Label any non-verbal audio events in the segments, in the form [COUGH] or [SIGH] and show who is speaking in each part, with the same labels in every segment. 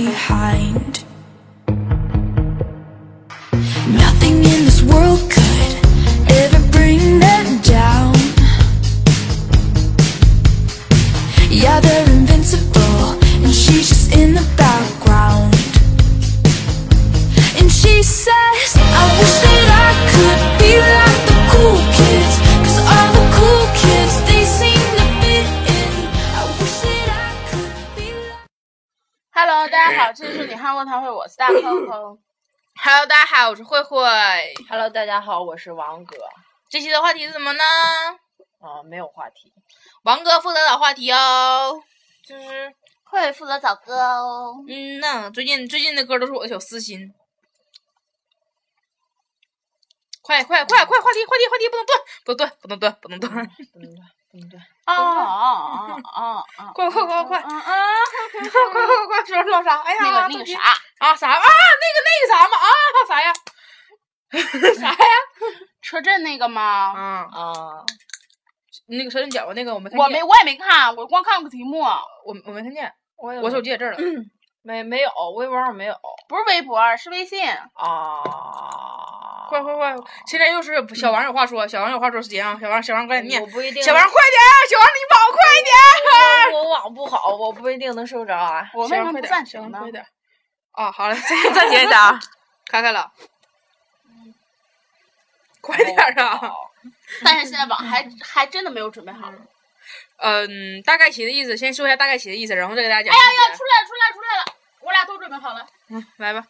Speaker 1: behind. Nothing in this world could ever bring them down. Yeah, they're invincible, and she's just in the background. And she says, I wish that I could be like the cool kids. Cause all the cool kids, they seem to fit in. I wish that I could be like.
Speaker 2: Hello，大家好，这里是你汉问他会，我是大坑坑。
Speaker 3: Hello，大家好，我是慧慧。
Speaker 2: Hello，大家好，我是王哥。
Speaker 3: 这期的话题是什么呢？
Speaker 2: 啊、没有话题，
Speaker 3: 王哥负责找话题哦。就是，
Speaker 4: 会负责找歌哦。
Speaker 3: 嗯呐，最近最近的歌都是我的小私心。快快快快，话题话题话题，不能断，不能断，不能断，不
Speaker 2: 不
Speaker 3: 能 [LAUGHS] 断。
Speaker 4: 嗯
Speaker 2: 能断，不能断。
Speaker 3: 啊
Speaker 2: 啊啊啊！
Speaker 3: 快快快快快
Speaker 2: 嗯啊！
Speaker 3: 快快快快，说唠啥？哎呀，
Speaker 2: 那个那
Speaker 3: 中
Speaker 2: 个
Speaker 3: 间
Speaker 2: 啥，
Speaker 3: 啊啥啊？那个那个啥嘛啊啥 [LAUGHS] 呀？啥呀？
Speaker 2: 车震那个吗？
Speaker 3: 啊，
Speaker 4: 啊，
Speaker 3: 那个小震脚那个我没看见，
Speaker 2: 我没我也没看，我光看个题目，
Speaker 3: 我我没看见，
Speaker 4: 我嗯
Speaker 3: 我手机也这儿了。
Speaker 4: 没没有，微博上没有
Speaker 2: 不是微博，是微信。
Speaker 4: 啊。
Speaker 3: 快快快！现在又是小王有话说，小王有话说时间啊！小王，小王赶紧念
Speaker 4: 哎我，不一定， [LAUGHS]
Speaker 3: 小王快点，啊小王你跑快点，啊
Speaker 4: 我我网不好，我不一定能收着啊。
Speaker 2: 我为
Speaker 3: 小
Speaker 2: 什么
Speaker 3: 王快
Speaker 2: 不
Speaker 3: 点，
Speaker 2: 暂
Speaker 3: 小
Speaker 2: 停
Speaker 3: 王
Speaker 2: 呢
Speaker 3: 快？点。啊，好
Speaker 4: [LAUGHS]
Speaker 3: 了，这个暂停一下啊，看看了，
Speaker 4: 哦
Speaker 3: 快点儿啊！
Speaker 2: 但是现在网还还真的没有准备好。哎呀
Speaker 3: 嗯，大概其的意思，先说一下大概其的意思，然后再给大家讲。
Speaker 2: 哎呀，出来了，出来了，出来了！我俩都准备好了。
Speaker 3: 嗯，来吧，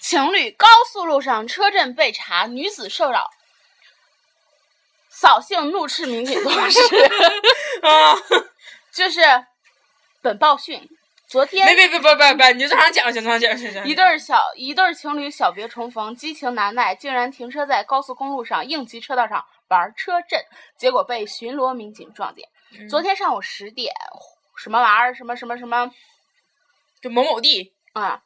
Speaker 2: 情侣高速路上车震被查，女子受扰，扫兴怒斥民警同
Speaker 3: [LAUGHS]
Speaker 2: 事。
Speaker 3: 啊，
Speaker 2: 就是本报讯，昨天
Speaker 3: 别别别别别别，你就正常讲，正常讲，正常
Speaker 2: [LAUGHS]
Speaker 3: 讲。
Speaker 2: 一对儿小一对儿情侣小别重逢，激情难耐，竟然停车在高速公路上应急车道上玩车震，结果被巡逻民警撞见。
Speaker 3: 嗯
Speaker 2: 昨天上午十点，什么玩意儿，什么什么什么
Speaker 3: 就某某地，
Speaker 2: 啊、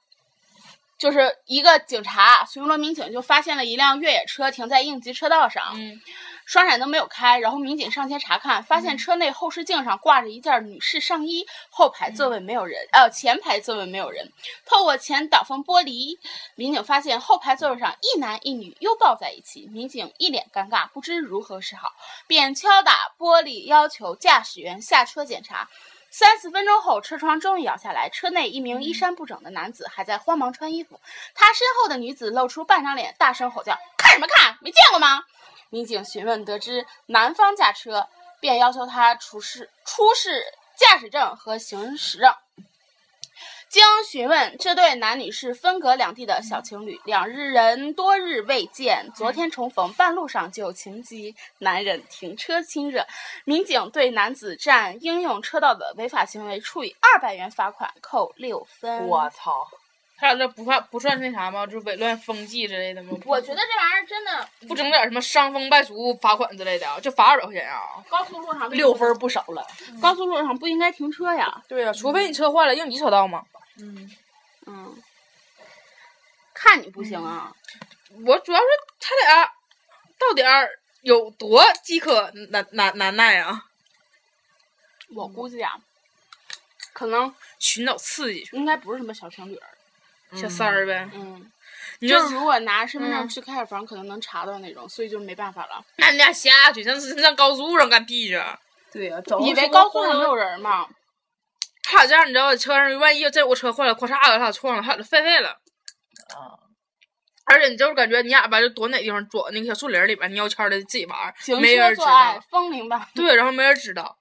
Speaker 2: 就是一个警察巡逻民警就发现了一辆越野车停在应急车道上，
Speaker 3: 嗯
Speaker 2: 双闪灯没有开，然后民警上前查看，发现车内后视镜上挂着一件女士上衣，后排座位没有人，呃，前排座位没有人。透过前挡风玻璃，民警发现后排座位上一男一女拥抱在一起，民警一脸尴尬，不知如何是好，便敲打玻璃要求驾驶员下车检查。三四分钟后，车窗终于摇下来，车内一名衣衫不整的男子还在慌忙穿衣服，他身后的女子露出半张脸，大声吼叫：“看什么看？没见过吗？”民警询问得知男方驾车，便要求他出示出示驾驶证和行驶证。经询问，这对男女是分隔两地的小情侣，两日人多日未见，昨天重逢，半路上就情急难忍，停车亲热。民警对男子占应用车道的违法行为处以二百元罚款，扣六分。
Speaker 4: 我操！
Speaker 3: 还有这不算不算那啥吗？就紊乱风纪之类的吗？
Speaker 2: 我觉得这玩意儿真的
Speaker 3: 不整点什么伤风败俗罚款之类的啊，就罚二百块钱啊。
Speaker 2: 高速路上嗯
Speaker 4: 六分，不少了。
Speaker 2: 高速路上不应该停车呀。
Speaker 3: 对呀、除非你车坏了应急车道嘛。
Speaker 4: 嗯，
Speaker 2: 嗯，看你不行啊，
Speaker 3: 我主要是他俩到底儿有多饥渴难难难耐啊，
Speaker 2: 我估计啊，可能
Speaker 3: 寻找刺激去，
Speaker 2: 应该不是什么小情侣儿。
Speaker 3: 小三儿呗。
Speaker 2: 嗯，
Speaker 3: 你
Speaker 2: 就
Speaker 3: 就是
Speaker 2: 如果拿身份证
Speaker 3: 嗯
Speaker 2: 去开水房，可能能查到那种，所以就没办法了。
Speaker 3: 那你俩下去，上上高速路上干屁去？啊
Speaker 4: 对呀，找
Speaker 2: 以为高速上没有人 [LAUGHS] 吗？
Speaker 3: 他俩这样，你知道，车上万一这我车坏了，咔嚓给他俩撞了，他俩就废废了。
Speaker 4: 啊，
Speaker 3: 而且你就是感觉你俩吧，就躲哪地方，躲那个小树林里边，蔫悄的自己玩儿，
Speaker 2: 行
Speaker 3: 没
Speaker 2: 车
Speaker 3: 人知
Speaker 2: 做爱
Speaker 3: 道。，
Speaker 2: 风铃吧，
Speaker 3: 对，然后没人知道。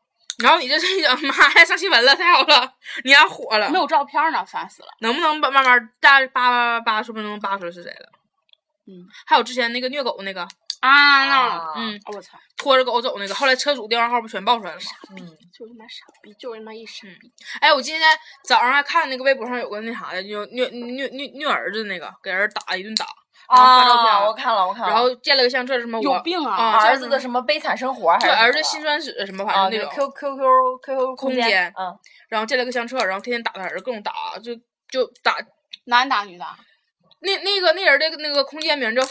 Speaker 3: 然后你就这想，妈呀，上新闻了，太好了，你俩火了
Speaker 2: 没。有照片呢，烦死了。
Speaker 3: 能不能把慢慢大家扒扒扒扒，说不定能扒出来是谁了。
Speaker 2: 嗯，
Speaker 3: 还有之前那个虐狗那个，
Speaker 2: 啊，那
Speaker 3: 嗯，
Speaker 2: 我操，
Speaker 3: 拖着狗走那个，后来车主电话号不全爆出来了吗？
Speaker 4: 嗯，
Speaker 2: 就是他妈傻逼，就是他妈一傻逼。
Speaker 3: 哎，我今天早上还看那个微博上有个那啥的，就虐虐虐虐儿子那个，给人打一顿打，然后发照片
Speaker 4: 哦啊我看了，我看了。
Speaker 3: 然后建了个相册，什么
Speaker 2: 有
Speaker 3: 我
Speaker 2: 病
Speaker 3: 啊
Speaker 2: 啊！
Speaker 3: 叫
Speaker 4: 儿
Speaker 3: 什
Speaker 4: 子
Speaker 3: 么
Speaker 4: 的什么悲惨生活啊还是
Speaker 3: 对
Speaker 4: 什么
Speaker 3: 儿子
Speaker 4: 的
Speaker 3: 心酸史什么，
Speaker 4: 啊
Speaker 3: 反正那种，
Speaker 4: ，Q Q Q Q
Speaker 3: 空间
Speaker 4: 间，嗯，
Speaker 3: 然后建了个相册，然后天天打他儿子，各种打，就就打
Speaker 2: 男打女打，
Speaker 3: 那那个那人的那个空间名叫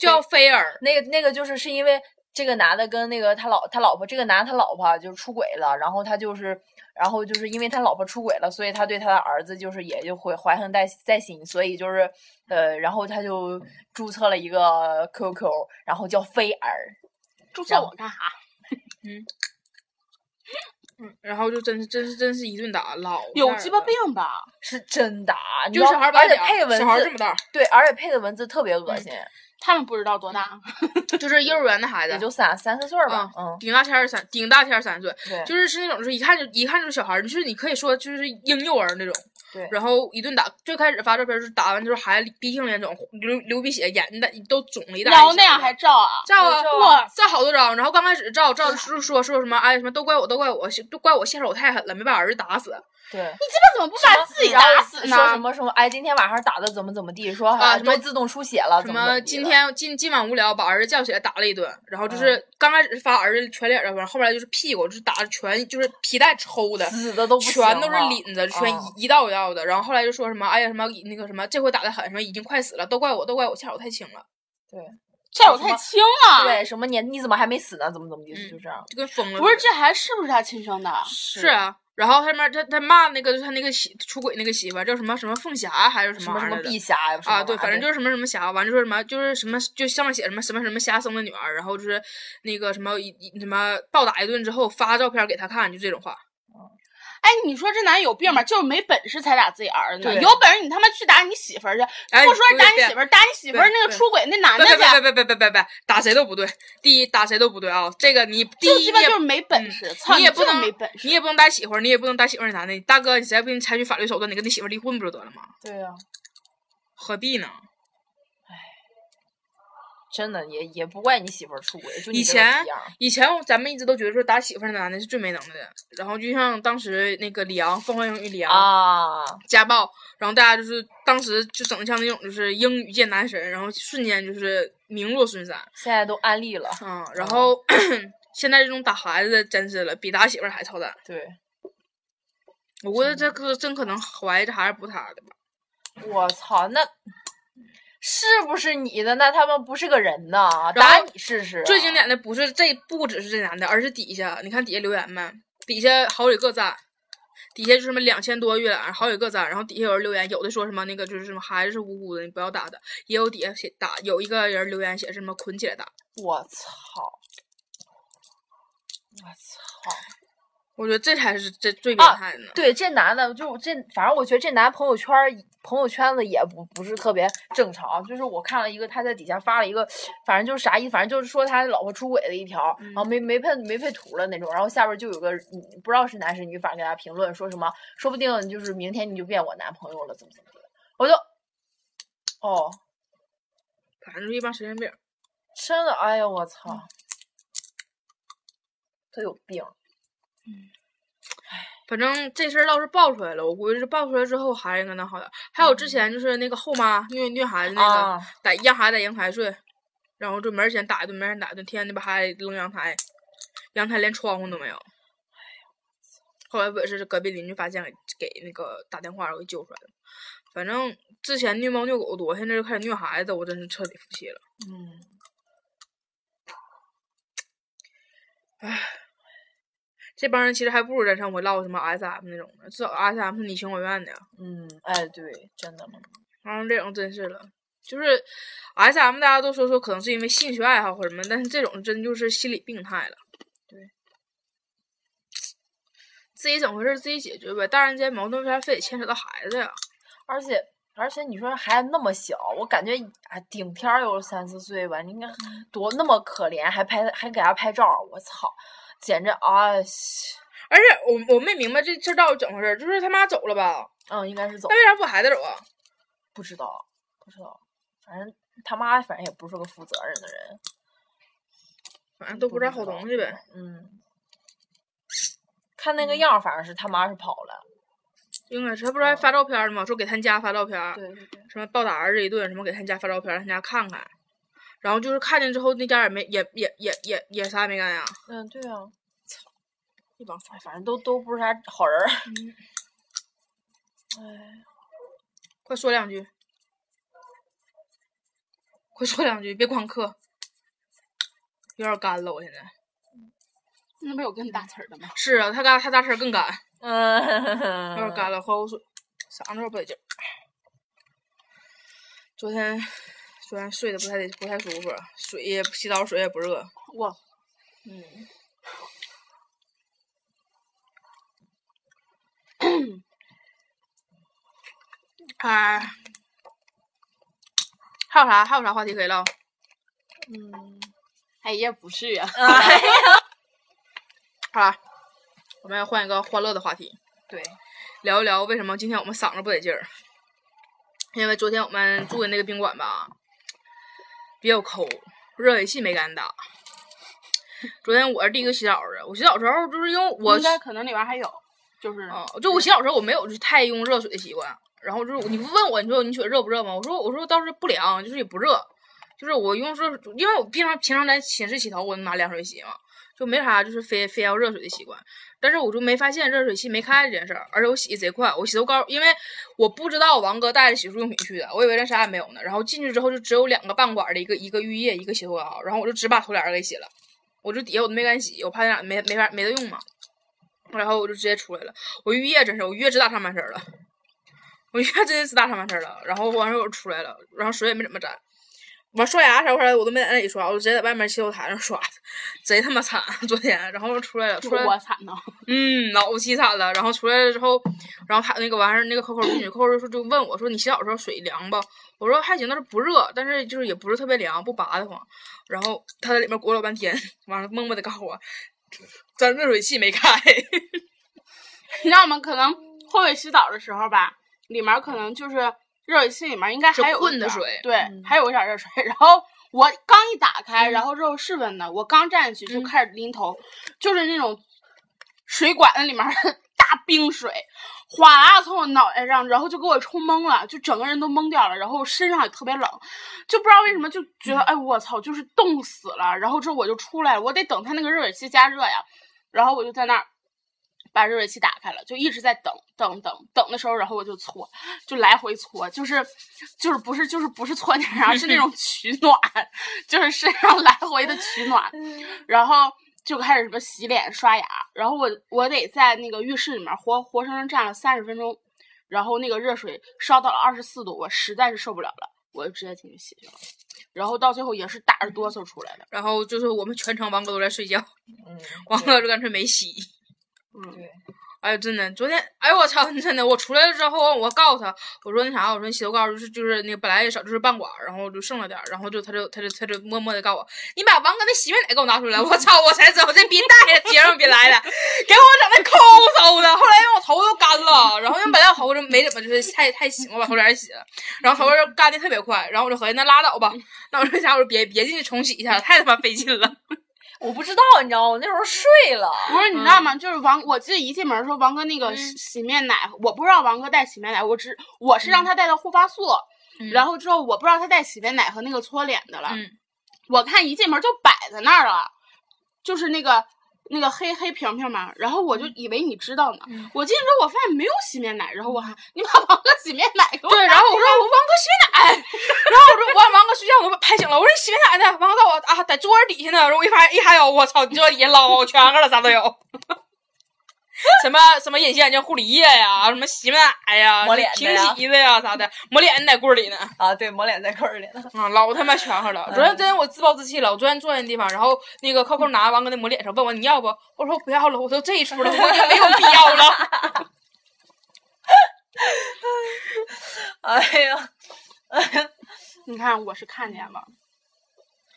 Speaker 3: 叫菲儿，
Speaker 4: 那个那个就是是因为这个男的跟那个他老他老婆，这个男的他老婆就是出轨了，然后他就是然后就是因为他老婆出轨了，所以他对他的儿子就是也就会怀恨在在心，所以就是呃，然后他就注册了一个 QQ，然后叫飞儿，
Speaker 2: 注册我干啥？
Speaker 3: 然后就真是真是真是一顿打，老
Speaker 2: 有
Speaker 3: 那儿
Speaker 2: 鸡巴
Speaker 3: 了
Speaker 2: 病吧？
Speaker 4: 是真打，你知
Speaker 3: 就
Speaker 4: 道
Speaker 3: 小孩儿白
Speaker 4: 而且
Speaker 3: 点儿
Speaker 4: 配文
Speaker 3: 小孩儿这
Speaker 4: 字
Speaker 3: 么嗯
Speaker 4: [LAUGHS]
Speaker 3: 大儿，
Speaker 4: 对，而且配的文字特别恶心，
Speaker 2: 他们不知道多大，
Speaker 3: 就是幼儿园的孩子，
Speaker 4: 也就三三四岁儿吧，嗯，
Speaker 3: 顶大天儿三顶大天儿三岁，
Speaker 4: 对，
Speaker 3: 就是是那种就是一看就一看就是小孩儿，就是你可以说就是婴幼儿那种。
Speaker 4: 对
Speaker 3: 然后一顿打，最开始发照片就是打完之后孩子鼻青脸肿，流流鼻血，眼袋都肿了一大
Speaker 2: 然后
Speaker 3: 一
Speaker 2: 那
Speaker 3: 小
Speaker 2: 样
Speaker 3: 的
Speaker 2: 还照啊？
Speaker 3: 照啊，
Speaker 4: 照
Speaker 2: 啊
Speaker 3: 哇，照好多张。然后刚开始照照说说说什么，哎什么都怪我，都怪我，都怪我下手太狠了，没把儿子打死
Speaker 4: 对。
Speaker 2: 他怎么不把自己打死呢
Speaker 4: 说？什么什么？哎，今天晚上打的怎么怎么地？说
Speaker 3: 啊
Speaker 4: 啊
Speaker 3: 什
Speaker 4: 都
Speaker 3: 么
Speaker 4: 自动出血了，
Speaker 3: 什
Speaker 4: 怎么怎
Speaker 3: 么
Speaker 4: 么地
Speaker 3: 今
Speaker 4: 了
Speaker 3: 天今今晚无聊，把儿子叫起来打了一顿。然后就是刚开始发儿子全脸上，完后来就是屁股，就是打的全就是皮带抽的。
Speaker 4: 死的都不
Speaker 3: 全都
Speaker 4: 行
Speaker 3: 是
Speaker 4: 了
Speaker 3: 领子，全
Speaker 4: 啊
Speaker 3: 一一道一道的，然后后来就说什么，哎呀，什么那个什么，这回打的狠，什么已经快死了，都怪我，都怪我下手太轻了，
Speaker 2: 这手太轻了。，
Speaker 4: 对，什么你你怎么还没死呢？怎么怎么地，
Speaker 3: 啊嗯
Speaker 4: 就这样。
Speaker 3: 就跟疯了似的。
Speaker 2: 不是这孩子是不是他亲生的？
Speaker 3: 是啊，然后他妈他他骂那个他那个媳出轨那个媳妇儿叫什么什么凤霞还是什
Speaker 4: 什
Speaker 3: 么
Speaker 4: 么
Speaker 3: 玩意
Speaker 4: 什么
Speaker 3: 儿
Speaker 4: 碧
Speaker 3: 的
Speaker 4: 霞呀？什么
Speaker 3: 啊？对，
Speaker 4: 玩
Speaker 3: 反
Speaker 4: 意
Speaker 3: 正
Speaker 4: 儿
Speaker 3: 就是什么什么霞，完了说什么就是什么就上面写什么什么什么霞生的女儿，然后就是那个什么一一什么暴打一顿之后发照片给他看，就这种话。
Speaker 2: 哎，你说这男人有病吧？就是没本事才打自己儿子呢。
Speaker 4: 对
Speaker 2: 有本事你他妈去打你媳妇儿去，
Speaker 3: 哎
Speaker 2: 不说是打你
Speaker 3: 对
Speaker 2: 媳妇儿，打你媳妇儿
Speaker 3: 对
Speaker 2: 那个
Speaker 3: 对
Speaker 2: 出轨那男
Speaker 3: 别
Speaker 2: 的
Speaker 3: 别
Speaker 2: 去，
Speaker 3: 别别别别别别，打谁都不对。第一，打谁都不对啊！这个你第
Speaker 2: 就鸡
Speaker 3: 一你
Speaker 2: 巴
Speaker 3: 也
Speaker 2: 就是没本事。操，
Speaker 3: 嗯你也
Speaker 2: 就
Speaker 3: 不
Speaker 2: 是
Speaker 3: 能
Speaker 2: 没本事。
Speaker 3: 你也不能待媳妇儿，你也不能待媳妇儿那男的。大哥，你实在不行采取法律手段，你跟你媳妇儿离婚不就得了吗？
Speaker 4: 对呀，
Speaker 3: 何必呢？
Speaker 4: 真的也也不怪你媳妇儿出轨，就
Speaker 3: 以
Speaker 4: 你这个
Speaker 3: 前
Speaker 4: 逼样儿
Speaker 3: 以前我咱们一直都觉得说打媳妇儿的男的是最没能的，然后就像当时那个李阳《凤凰英语》李阳、
Speaker 4: 啊，
Speaker 3: 家暴，然后大家就是当时就整的像那种就是英语界男神，然后瞬间就是名落孙山
Speaker 4: 现在都安利了。
Speaker 3: 啊、然后、 [CLEARS THROAT] 现在这种打孩子的真是了，比打媳妇儿还操蛋。
Speaker 4: 对，
Speaker 3: 我估计这可真可能怀疑这孩子不是他的吧？
Speaker 4: 我操，那是不是你的？那他们不是个人呐！
Speaker 3: 然
Speaker 4: 打
Speaker 3: 后
Speaker 4: 你试试啊。
Speaker 3: 最经典的不是这，不只是这男的，而是底下你看底下留言没？底下好几个赞，底下就什么两千多阅览，好几个赞，然后底下有人留言，有的说什么那个就是什么孩子是无辜的，你不要打他，也有底下写打，有一个人留言写什么捆起来打，
Speaker 4: 我操！我操！
Speaker 3: 我觉得这才是这最变
Speaker 4: 啊
Speaker 3: 态的呢。
Speaker 4: 对，这男的就这，反正我觉得这男朋友圈儿朋友圈子也不不是特别正常。就是我看了一个他在底下发了一个，反正就是啥意思，反正就是说他老婆出轨的一条，然后没
Speaker 3: 嗯
Speaker 4: 没配没配图了那种。然后下边就有个嗯不知道是男是女，反正给他评论说什么，说不定就是明天你就变我男朋友了，怎么怎么的。我就，哦，
Speaker 3: 反正就一帮神经病。
Speaker 4: 真的，哎呀，我操，
Speaker 3: 嗯
Speaker 4: 都有病。
Speaker 3: 反正这事儿要是爆出来了，我估计是爆出来之后孩子应该能好点儿。还有之前就是那个后妈虐虐孩子那个，
Speaker 4: 嗯啊
Speaker 3: 在让孩子在阳台睡，然后就没人嫌打一顿，没人嫌打一顿，天天就把孩子扔阳台，阳台连窗户都没有。后来不也是隔壁邻居发现给给那个打电话然后给救出来了。反正之前虐猫虐狗多，现在就开始虐孩子，我真是彻底服气了。
Speaker 4: 嗯，
Speaker 3: 这帮人其实还不如在上回唠什么 SM 那种呢，至少 SM 是你情我愿的呀。
Speaker 4: 嗯，哎，对，真的吗？
Speaker 3: 然后这种真是了，就是 S M 大家都说说可能是因为兴趣爱好或者什么，但是这种真就是心理病态了。
Speaker 4: 对，
Speaker 3: 自己怎么回事自己解决呗，大人间矛盾为啥非得牵扯到孩子呀？
Speaker 4: 而且而且你说孩子那么小，我感觉啊顶天儿有三四岁吧，你看多那么可怜，还拍还给他拍照儿，我操，简直啊！西
Speaker 3: 而且我我没明白这这到底怎么回事，就是他妈走了吧？
Speaker 4: 嗯，应该是走
Speaker 3: 那，为啥不孩子走啊？
Speaker 4: 不知道不知道，反正他妈反正也不是个负责任的人，
Speaker 3: 反正都不是好东西呗。
Speaker 4: 嗯。看那个样儿，反正是他妈是跑了。
Speaker 3: 应该是他不是还发照片呢吗？说给他家发照片，
Speaker 4: 嗯对对对，
Speaker 3: 什么暴打儿子一顿，什么给他家发照片，让他家看看。然后就是看见之后，那家也没也也也也也啥也没干呀。
Speaker 4: 嗯对啊，
Speaker 3: 一帮傻
Speaker 4: 哎反正都都不是啥好人儿。 [LAUGHS]
Speaker 3: 快说两句，快说两句，别光嗑，有点干了。我现在
Speaker 2: 那不有更大词儿的吗？
Speaker 3: 是啊，他干他大事儿更干，
Speaker 4: 嗯，
Speaker 3: 有点干了，喝口水，嗓子有点不得劲儿。昨天昨天睡得不太得不太舒服，啊水也洗澡水也不热，
Speaker 2: 哇，
Speaker 4: 嗯，
Speaker 3: 啊，还有啥还有啥话题可以唠？
Speaker 2: 哎呀，不是啊，
Speaker 3: 好啦，我们要换一个欢乐的话题，
Speaker 4: 对，
Speaker 3: 聊一聊为什么今天我们嗓子不得劲儿。因为昨天我们住的那个宾馆吧比较抠，热水器没敢打。昨天我是第一个洗澡的，我洗澡时候就是因为我
Speaker 2: 应该可能里边还有，就是
Speaker 3: 啊，就我洗澡的时候我没有就是太用热水的习惯，然后就是你不问我，你说你水热不热吗？我说我说倒是不凉，就是也不热，就是我用热，因为我平常平常在寝室洗头，我拿凉水洗嘛，就没啥就是非非要热水的习惯。但是我就没发现热水器没开这件事儿，而且我洗贼快，我洗头膏，因为我不知道王哥带着洗漱用品去的，我以为那啥也没有呢。然后进去之后就只有两个半管的一个一个浴液一个洗头膏，然后我就只把头帘儿给洗了，我就底下我都没敢洗，我怕那俩没没法没得用嘛。然后我就直接出来了。我浴液真是，我浴液只打上半身儿了，我浴液真的只打上半身儿了。然后完事儿我出来了，然后水也没怎么沾。完刷牙啥玩意儿我都没在那里刷，我就直接在外面洗手台上刷的， [LAUGHS] 贼他妈惨！昨天，然后出来了，出来
Speaker 2: 我惨呐，
Speaker 3: 嗯，老凄惨了。然后出来了之后，然后他那个完事儿，那个 QQ 进去，QQ 就说就问我说你洗澡的时候水凉不？我说还行，但是不热，但是就是也不是特别凉，不拔得慌。然后他在里面裹老半天，完了默默的告诉我，咱热水器没开。 [LAUGHS]
Speaker 2: 你知道吗？可能后尾洗澡的时候吧，里面可能就是热水器里面应该还有
Speaker 3: 是
Speaker 2: 一
Speaker 3: 混的
Speaker 2: 点儿
Speaker 3: 水嗯
Speaker 2: 对，还有一点热水。然后我刚一打开，然后热室温的，我刚站起去就
Speaker 3: 嗯
Speaker 2: 开始淋头，就是那种水管子里面的 [LAUGHS] 大冰水，哗啦从我脑袋上，然后就给我冲懵了，就整个人都懵掉了。然后身上也特别冷，就不知道为什么就觉得，
Speaker 3: 嗯
Speaker 2: 哎，我操，就是冻死了。然后之后我就出来了，我得等它那个热水器加热呀。然后我就在那儿把热水器打开了，就一直在等等等等的时候，然后我就搓，就来回搓，就是就是不是就是不是搓泥儿啊，是那种取暖， [LAUGHS] 就是身上来回的取暖， [LAUGHS] 然后。就开始什么洗脸、刷牙，然后我我得在那个浴室里面活活生生站了三十分钟，然后那个热水烧到了二十四度，我实在是受不了了，我就直接进去洗去了，然后到最后也是打着哆嗦出来的。
Speaker 3: 然后就是我们全程王哥都在睡觉，
Speaker 4: 嗯，
Speaker 3: 王哥就干脆没洗。
Speaker 4: 对，
Speaker 3: 哎呦，真的，昨天，哎呦我操，真的，我出来了之后，我告诉他，我说那啥，我说你洗头膏就是就是那个本来也少，就是半管儿，然后就剩了点儿，然后就他就他就他就默默的告诉我，你把王哥那洗面奶给我拿出来，我操，我才知道这别带了，节上别来了，给我整的抠搜的，后来因为我头都干了，然后因为本来我头就没怎么就是太太洗，我把头帘儿洗了，然后头帘儿干的特别快，然后我就合计那拉倒吧，那我说啥，我说别别进去重洗一下，太他妈费劲了，
Speaker 4: 我不知道，你知道吗？我那时候睡了，
Speaker 2: 不是，你知道
Speaker 3: 嗯
Speaker 2: 吗？就是王，我记得一进门的时候，王哥那个洗洗面奶，我不知道王哥带洗面奶，我只我是让他带的护发素，
Speaker 3: 嗯
Speaker 2: 然后之后我不知道他带洗面奶和那个搓脸的了。
Speaker 3: 嗯
Speaker 2: 我看一进门就摆在那儿了，就是那个那个黑黑瓶瓶嘛，然后我就以为你知道呢。
Speaker 3: 嗯
Speaker 2: 我进去之后我发现没有洗面奶，然后我还你把王哥洗面奶给我拿出
Speaker 3: 对，
Speaker 2: 来，
Speaker 3: 然后我说我王哥洗面奶，然后我说王王哥睡觉我都拍醒了，我说你洗面奶呢？王哥告诉我啊，在桌底下呢。然后我一发现，一还有，我操，你这底下捞全个了，啥都有。什么 [LAUGHS] 什么隐形眼镜护理液呀，什么洗面奶呀，
Speaker 4: 抹脸的
Speaker 3: 平
Speaker 4: 呀
Speaker 3: 洗的呀啥的，抹脸在柜里呢。
Speaker 4: 啊，对，抹脸在柜儿里了，
Speaker 3: 啊，老他妈全乎
Speaker 4: 哎
Speaker 3: 了！昨天真我自暴自弃了，我昨天坐那地方，然后那个扣扣拿完搁那抹脸上，问我你要不？我说不要了，我都这一出了，我已经没有必要了。
Speaker 4: [LAUGHS] 哎呀，
Speaker 2: [LAUGHS] 你看我是看见了，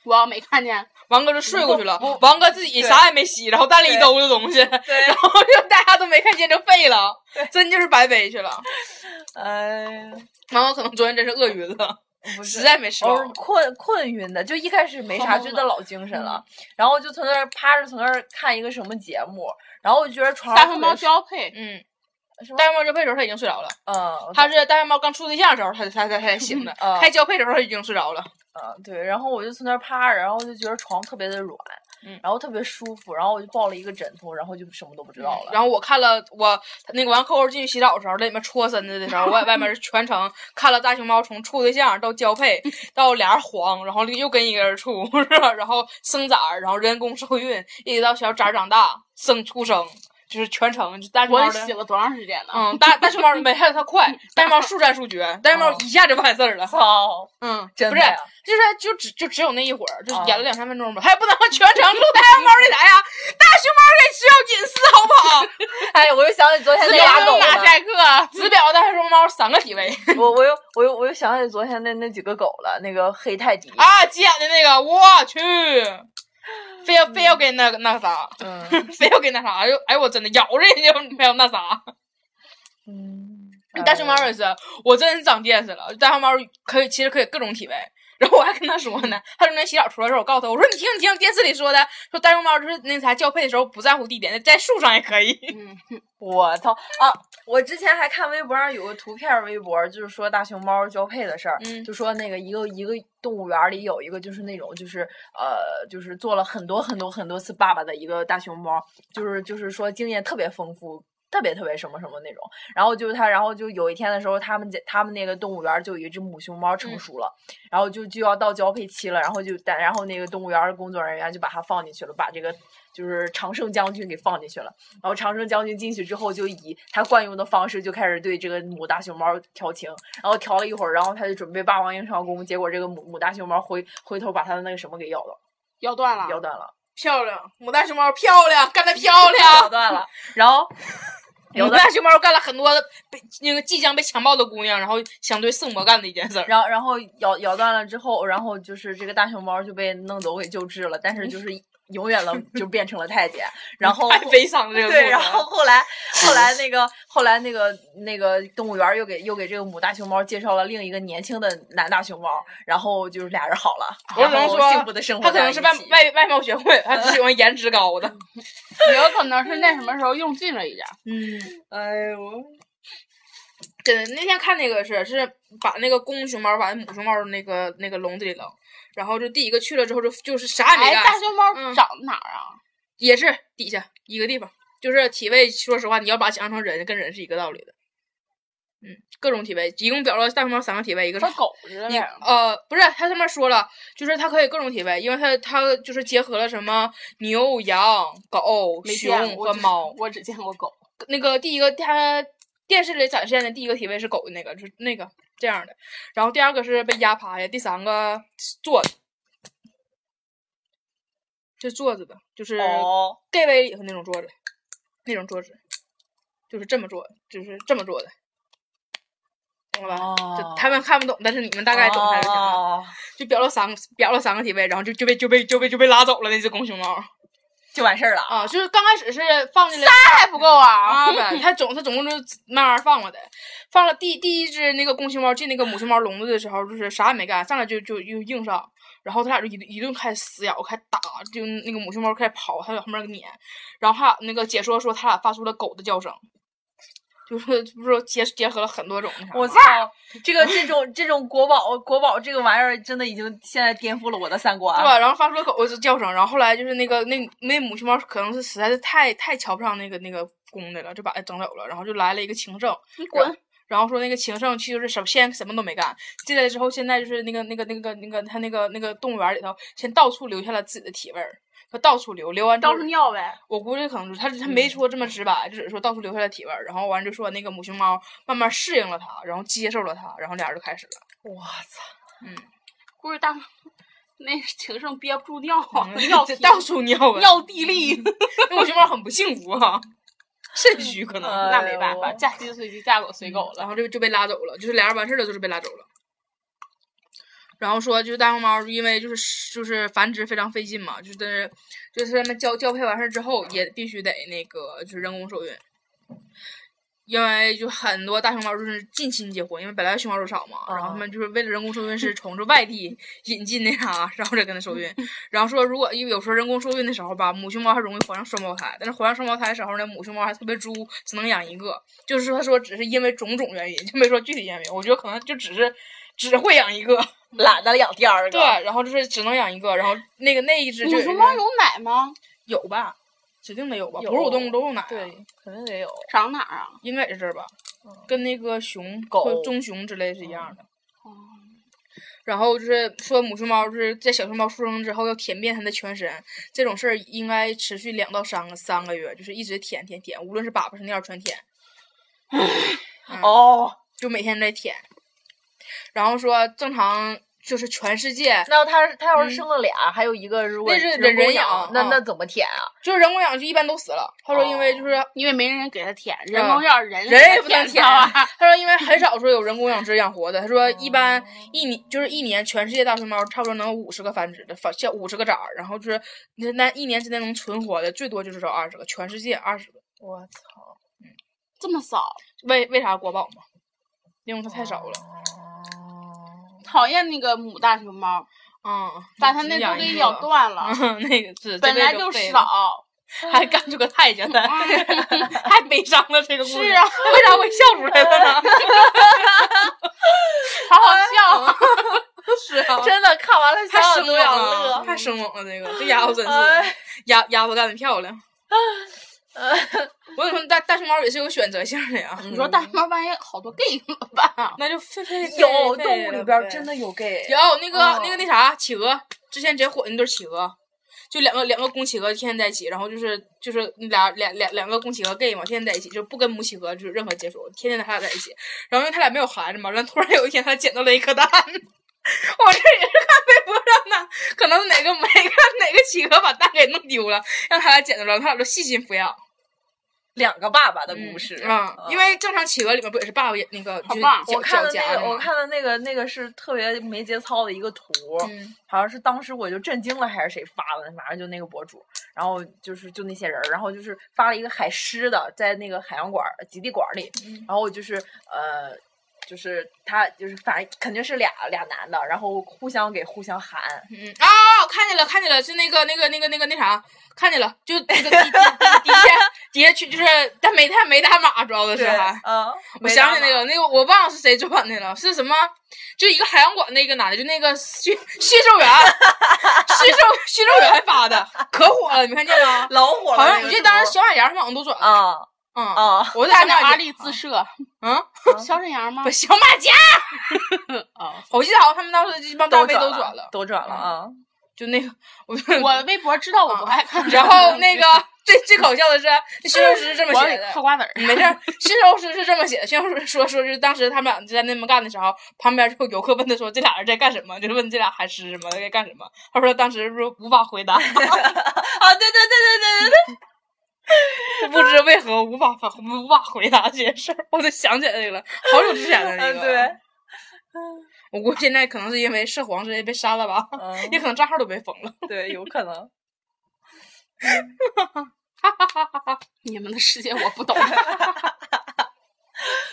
Speaker 2: 我要没看见，
Speaker 3: 王哥就睡过去了，王哥自己啥也没洗，然后带了一兜子东西，
Speaker 4: 对
Speaker 3: 然后就大家都没看见就废了，真就是白背去了。
Speaker 4: [LAUGHS] 哎呀，
Speaker 3: 然后可能昨天真是饿晕了，
Speaker 4: 不是哦
Speaker 3: 实。在没吃
Speaker 4: 偶
Speaker 3: 饱。
Speaker 4: 尔困困晕的，就一开始没啥，
Speaker 2: 懵
Speaker 4: 觉
Speaker 2: 了
Speaker 4: 得老精神了，然后就从那儿趴着，从那儿看一个什么节目，然后我就觉得床
Speaker 2: 大
Speaker 4: 上
Speaker 2: 熊
Speaker 4: 特
Speaker 2: 猫
Speaker 4: 别舒，
Speaker 2: 交配，
Speaker 3: 嗯
Speaker 4: 是，吗
Speaker 3: 大熊猫交配的时候他已经睡着了，
Speaker 4: 嗯，
Speaker 3: 他是大熊猫刚处对象的时候他他他才醒的，
Speaker 4: 嗯
Speaker 3: 开交配的时候他已经睡着了。
Speaker 4: 嗯，对，然后我就从那儿趴着，然后就觉得床特别的软，
Speaker 3: 嗯
Speaker 4: 然后特别舒服，然后我就抱了一个枕头，嗯然后就什么都不知道了。
Speaker 3: 然后我看了我那个完扣扣进去洗澡的时候，在里面戳身子的时候，我在外面全程看了大熊猫从处对象到交
Speaker 4: [LAUGHS]
Speaker 3: 配到俩人黄，然后又跟一个人处， [LAUGHS] 是吧然后生崽儿，然后人工受孕，一直到小崽儿长大生出生，就是全程就大熊
Speaker 2: 我
Speaker 3: 猫
Speaker 2: 得
Speaker 3: 嗯的
Speaker 2: 洗。了多长时间呢？
Speaker 3: 嗯，大大熊猫没害他快，大熊猫速战速决，大熊猫一下就完事儿了。
Speaker 4: 操，
Speaker 3: 嗯，
Speaker 4: 真
Speaker 3: 不
Speaker 4: 的
Speaker 3: 是
Speaker 4: 呀，
Speaker 3: 就是就只就只有那一会儿，就是
Speaker 4: 啊
Speaker 3: 演了两三分钟吧，还不能全程录大熊猫那啥呀？大熊猫得需要隐私，好不好？
Speaker 4: 哎，我又想起昨天
Speaker 3: 只
Speaker 4: 那俩狗
Speaker 3: 有马
Speaker 4: 了。
Speaker 3: 赛克，只表大熊猫三个体位
Speaker 4: 我我又我又我又想起昨天那那几个狗了，那个黑泰迪，
Speaker 3: 啊，急眼的那个，我去，非要非要跟那个那啥， [LAUGHS]
Speaker 4: 嗯
Speaker 3: 非要跟那啥，哎呦哎呦我真的咬人家就没有那啥。
Speaker 4: 嗯，
Speaker 3: 大熊猫也是，我真是长见识了。大熊猫可以，其实可以各种体位。然后我还跟他说呢，他中间洗澡出来的时候，我告诉他，我说你听你听，电视里说的，说大熊猫就是那啥交配的时候不在乎地点，在树上也可以。
Speaker 2: 嗯，
Speaker 4: 我操啊！我之前还看微博上有个图片，微博就是说大熊猫交配的事儿，
Speaker 3: 嗯
Speaker 4: 就说那个一个一个动物园里有一个就是那种就是呃就是做了很多很多很多次爸爸的一个大熊猫，就是就是说经验特别丰富。特别特别什么什么那种，然后就是它，然后就有一天的时候，他们家他们那个动物园儿就有一只母熊猫成
Speaker 3: 嗯
Speaker 4: 熟了，然后就就要到交配期了，然后就但然后那个动物园儿的工作人员就把它放进去了，把这个就是长胜将军给放进去了。然后长生将军进去之后，就以他惯用的方式就开始对这个母大熊猫调情，然后调了一会儿，然后他就准备霸王硬上弓，结果这个母母大熊猫回回头把他的那个什么给咬了，
Speaker 2: 腰断了，
Speaker 4: 咬断了，
Speaker 3: [LAUGHS] 漂亮，母大熊猫漂亮，干得漂
Speaker 4: 咬
Speaker 3: [LAUGHS] 亮。
Speaker 4: 断了，然后
Speaker 3: 母大熊猫干了很多被那个即将被强暴的姑娘，然后想对色魔干的一件事儿。
Speaker 4: 然后然后咬咬断了之后，然后就是这个大熊猫就被弄走给救治了，但是就是永远了就变成了太监，然后
Speaker 3: 太悲伤了这个故啊事。
Speaker 4: 对，然后
Speaker 3: [LAUGHS]
Speaker 4: 后来后来那个后来那个那个动物园儿又给又给这个母大熊猫介绍了另一个年轻的男大熊猫，然后就是俩人好了，
Speaker 3: 我只能
Speaker 4: 然后
Speaker 3: 说
Speaker 4: 幸福的生活
Speaker 3: 他可
Speaker 4: 在
Speaker 3: 能
Speaker 4: 一
Speaker 3: 是外
Speaker 4: 起
Speaker 3: 外外貌协会，他只喜欢颜值高的。
Speaker 2: [LAUGHS] 有可能是那什么时候用尽了一点儿。
Speaker 3: 嗯
Speaker 4: 哎呦，
Speaker 3: 真的，那天看那个是是把那个公熊猫把那母熊猫那个那个笼子里扔，然后就第一个去了之后就就是啥也没
Speaker 2: 哎，
Speaker 3: 干，
Speaker 2: 大熊猫
Speaker 3: 嗯
Speaker 2: 长哪儿啊？
Speaker 3: 也是底下一个地方，就是体位。说实话，你要把它想象成人，跟人是一个道理的。嗯，各种体位，一共表了大熊猫三个体位，一个是
Speaker 2: 和狗似的
Speaker 3: 你
Speaker 2: 呗。
Speaker 3: 呃，不是，它上面说了，就是它可以各种体位，因为它它就是结合了什么牛、羊、狗、
Speaker 2: 没见
Speaker 3: 熊
Speaker 2: 过
Speaker 3: 和猫。
Speaker 2: 我只见过狗。
Speaker 3: 那个第一个它电视里展现的第一个体位是狗的那个，就是那个这样的。然后第二个是被压趴下，第三个是坐着，就坐着的，就是
Speaker 4: 哦，
Speaker 3: 盖位里头那种桌子，那种桌子，就是这么坐，就是这么坐的，懂了吧？就他们看不懂，但是你们大概懂才就行了。
Speaker 4: 哦
Speaker 3: 就表了三个，表了三个体位，然后就就被就被就被就被拉走了那只公熊猫
Speaker 4: 就完事儿了。
Speaker 3: 啊！就是刚开始是放进来
Speaker 2: 还不够啊！
Speaker 3: 啊呗，他总他总共就慢慢放了的，放了第第一只那个公熊猫进那个母熊猫笼子的时候，就是啥也没干，上来就就又硬上，然后他俩就一顿一顿开始撕咬，开始打，就那个母熊猫开始跑，还有后面撵，然后还有那个解说说他俩发出了狗的叫声，就是不是说结结合了很多种那啥
Speaker 4: 我
Speaker 3: 吗
Speaker 4: 操，这个这种这种国宝国宝这个玩意儿真的已经现在颠覆了我的三观
Speaker 3: 对。吧？然后发出了狗的叫声，然后后来就是那个那那母熊猫可能是实在是太太瞧不上那个那个公的了，就把它整走了，然后就来了一个情圣，
Speaker 2: 你滚！
Speaker 3: 然后说那个情圣去就是什么现在什么都没干，进来之后现在就是那个那个那个那个他那个那个动物园里头，先到处留下了自己的体味儿，他到处留，留完之后
Speaker 2: 到处尿呗。
Speaker 3: 我估计可能是他他没说这么直白，就只是说到处留下了体味儿，然后完就说那个母熊猫慢慢适应了它，然后接受了它，然后俩人就开始了，
Speaker 4: 我操，
Speaker 2: 估计大那情圣憋不住尿啊，
Speaker 3: 嗯
Speaker 2: 尿
Speaker 3: 这
Speaker 2: 频
Speaker 3: 到处尿啊，
Speaker 2: 尿地利，
Speaker 3: [LAUGHS] 那母熊猫很不幸福啊，肾虚可能。
Speaker 4: 呃
Speaker 2: 那没办
Speaker 4: 哎
Speaker 2: 法，
Speaker 4: 呦
Speaker 2: 嫁鸡随鸡，嫁狗随狗了。
Speaker 3: 然后就就被拉走了，就是俩人完事儿了，就是被拉走了。然后说，就是大熊猫，因为就是就是繁殖非常费劲嘛，就是就是他们交交配完事儿之后，也必须得那个就是人工受孕，因为就很多大熊猫就是近亲结婚，因为本来熊猫就少嘛，然后他们就是为了人工受孕是从这外地引进那啥，然后再跟它受孕。然后说，如果因为有时候人工受孕的时候吧，母熊猫还容易怀上双胞胎，但是怀上双胞胎的时候呢，母熊猫还特别猪，只能养一个。就是说说只是因为种种原因，就没说具体原因。我觉得可能就只是只会养一个，
Speaker 4: 懒得养第二个。
Speaker 3: 对，然后就是只能养一个，然后那个那一只就
Speaker 2: 母熊猫有奶吗？
Speaker 3: 有吧，指定得有吧，
Speaker 4: 有
Speaker 3: 哺乳动物都有奶、啊，
Speaker 4: 对，肯定得有。
Speaker 2: 长哪儿啊？
Speaker 3: 应嗯该也是这儿吧，跟那个熊
Speaker 4: 狗
Speaker 3: 嗯或棕熊之类是一样的。然后就是说母熊猫就是在小熊猫出生之后要舔遍它的全身，这种事儿应该持续两到三个三个月，就是一直舔舔舔，无论是粑粑是尿全舔，
Speaker 4: 哦，
Speaker 3: 就每天在舔。然后说正常就是全世界
Speaker 4: 那他他要
Speaker 3: 嗯
Speaker 4: 是生了俩，还有一个如果
Speaker 3: 那是
Speaker 4: 人
Speaker 3: 人
Speaker 4: 工
Speaker 3: 养
Speaker 4: 那
Speaker 3: 啊
Speaker 4: 那怎么舔啊？
Speaker 3: 就是人工养就一般都死了。他说因为就是
Speaker 2: 因为没人给它舔，人
Speaker 3: 嗯
Speaker 2: 工要是人
Speaker 3: 人也
Speaker 2: 给
Speaker 3: 不
Speaker 2: 它
Speaker 3: 能
Speaker 2: 舔
Speaker 3: 舔
Speaker 2: 它啊吧。
Speaker 3: 他说因为很少说有人工养殖养活的，他说一般
Speaker 2: 哦
Speaker 3: 一年就是一年全世界大熊猫差不多能有五十个繁殖的，反像五十个崽儿，然后就是那那一年之内能存活的最多就是这二十个，全世界二十个。
Speaker 4: 我操，
Speaker 2: 这么少，
Speaker 3: 为为啥国宝嘛？因为它太少了。
Speaker 2: 讨厌那个母大熊猫，
Speaker 3: 啊、
Speaker 2: 哦把它那都给咬断
Speaker 3: 断
Speaker 2: 了，
Speaker 3: 了。 [LAUGHS] 那个是
Speaker 2: 本来就
Speaker 3: 少，
Speaker 2: 少。
Speaker 3: 还干出个太监 [LAUGHS] 来，太悲伤了这个故事。
Speaker 2: 是啊
Speaker 3: 为啥会笑出来 [LAUGHS] 了呢？
Speaker 2: 好
Speaker 3: [LAUGHS]
Speaker 2: 好笑，
Speaker 3: 是 [LAUGHS] 啊，
Speaker 4: [LAUGHS] 真的看完了，
Speaker 3: 太
Speaker 4: 想想
Speaker 3: 生
Speaker 4: 都
Speaker 3: 猛
Speaker 4: 要
Speaker 3: 了，
Speaker 4: 乐。
Speaker 3: 太生猛了，这个这丫头真是
Speaker 4: 哎
Speaker 3: 丫丫头干得漂 [LAUGHS] 亮。我跟你说，大大熊猫也是有选择性的呀。
Speaker 2: 你说大熊猫万一好多 gay 怎么办啊？
Speaker 3: 那就非非
Speaker 4: 有动物里边真
Speaker 3: 的
Speaker 4: 的有 gay，
Speaker 3: 有那个
Speaker 4: 哦
Speaker 3: 那个那啥企鹅，之前贼火的那对企鹅，就两个两个公企鹅天天在一起，然后就是就是俩俩俩两个公企鹅 gay 嘛，天天在一起，就不跟母企鹅就是任何接触，天天他俩在一起。然后因为他俩没有孩子嘛，然后突然有一天他捡到了一颗蛋。我这也是看微博上的，可能哪个哪个哪个企鹅把蛋给弄丢了，让他俩捡到了，他俩就细心抚养。
Speaker 4: 两个爸爸的
Speaker 3: 嗯
Speaker 4: 故事
Speaker 3: 嗯，因为正常企鹅里面不也是爸爸也那个
Speaker 2: 好
Speaker 3: 就是
Speaker 2: 棒
Speaker 3: 脚
Speaker 4: 我看
Speaker 3: 脚
Speaker 4: 的
Speaker 3: 夹
Speaker 4: 那
Speaker 3: 的
Speaker 4: 个，我
Speaker 3: 嘛
Speaker 4: 看的那个那个是特别没节操的一个图，
Speaker 3: 嗯。
Speaker 4: 好像是当时我就震惊了，还是谁发的？反正就那个博主，然后就是就那些人儿，然后就是发了一个海狮的，在那个海洋馆儿、极地馆儿里，
Speaker 3: 嗯
Speaker 4: 然后就是呃，就是他就是反正肯定是俩俩男的，然后互相给互相喊，
Speaker 3: 嗯啊，我看见了，看见了，是那个那个那个那个那啥，看见了，就那个底底底底下底下去，就是但没他没打码，主要的是还。
Speaker 4: 嗯，
Speaker 3: 我
Speaker 4: 没
Speaker 3: 想起
Speaker 4: 办
Speaker 3: 那
Speaker 4: 法
Speaker 3: 个，那个，我忘了是谁转的了，是什么？就一个海洋馆那个男的，就那个徐徐州元，徐州徐州元发的，可火了，你没看见吗？
Speaker 4: 老火了，
Speaker 3: 好像
Speaker 4: 那
Speaker 3: 你
Speaker 4: 个
Speaker 3: 记得
Speaker 4: 图
Speaker 3: 当时小马洋好像都转了，
Speaker 4: 啊
Speaker 3: 嗯，
Speaker 4: 啊，
Speaker 3: 我在
Speaker 2: 大
Speaker 3: 小
Speaker 2: 鸟
Speaker 3: 马
Speaker 2: 阿
Speaker 3: 家
Speaker 2: 力自射，
Speaker 3: 嗯，
Speaker 2: 小沈阳吗
Speaker 3: 不？小马甲， [LAUGHS]
Speaker 2: 哦
Speaker 3: 我记得好像他们当时这帮大 V 都转了，嗯
Speaker 4: 都转了啊，
Speaker 3: 就那个我
Speaker 2: 我微博知道我不爱看，
Speaker 3: 嗯 [LAUGHS] 然后那个最最搞笑的是，驯兽师是这么
Speaker 2: 我
Speaker 3: 写
Speaker 2: 得嗑
Speaker 3: 的。
Speaker 2: 瓜子儿，
Speaker 3: 没事儿，驯兽师是这么写的。驯兽师说说，就是当时他们俩就在那么干的时候，旁边就有游客问他说：“这俩人在干什么？”就是问这俩海狮什么的在干什么。他说当时说无法回答， [LAUGHS]
Speaker 4: 啊，对对对对对对对。
Speaker 3: 不知为何无法发无法回答这件事儿。我就想起来这个了，好久之前的那
Speaker 4: 嗯，
Speaker 3: 个。
Speaker 4: [LAUGHS] 对，，
Speaker 3: 我估计现在可能是因为涉黄直接被删了吧，也
Speaker 4: 嗯，
Speaker 3: 可能账号都被封了。
Speaker 4: 对，有
Speaker 3: [LAUGHS]
Speaker 4: 可能。
Speaker 2: 你们的世界我不
Speaker 3: [LAUGHS]
Speaker 2: 懂。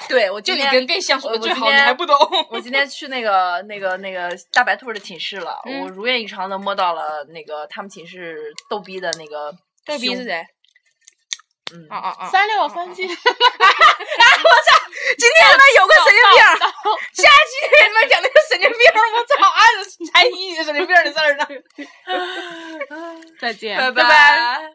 Speaker 4: 对，我
Speaker 3: 就
Speaker 4: 今
Speaker 3: 你
Speaker 4: 天
Speaker 3: 跟 gay 相处的
Speaker 4: 我
Speaker 3: 最
Speaker 4: 今
Speaker 3: 好，你
Speaker 4: 天
Speaker 3: 还不懂。
Speaker 4: 我今天去那个那个那个大白兔儿的寝室了，
Speaker 3: 嗯
Speaker 4: 我如愿以偿的摸到了那个他们寝室逗逼的那个
Speaker 3: 逗逼是
Speaker 4: 熊？
Speaker 3: 谁？
Speaker 4: 嗯，
Speaker 3: 啊啊啊！
Speaker 2: 三六三七，
Speaker 3: 今天他妈有个神经病儿，下一期他妈讲那个神经病儿，我操，按着才艺神经病儿的事儿呢。
Speaker 2: [LAUGHS] 再见
Speaker 4: 拜
Speaker 3: 拜拜